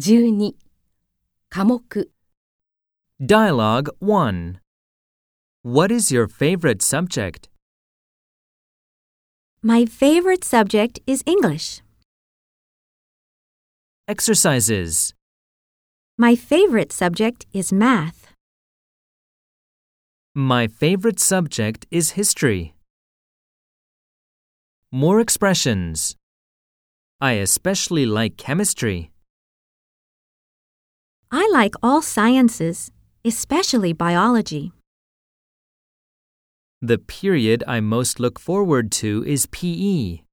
12科目 Dialogue 1 What is your favorite subject? My favorite subject is English. Exercises. My favorite subject is math. My favorite subject is history. More expressions. I especially like chemistry. I like all sciences, especially biology. The period I most look forward to is E. PE.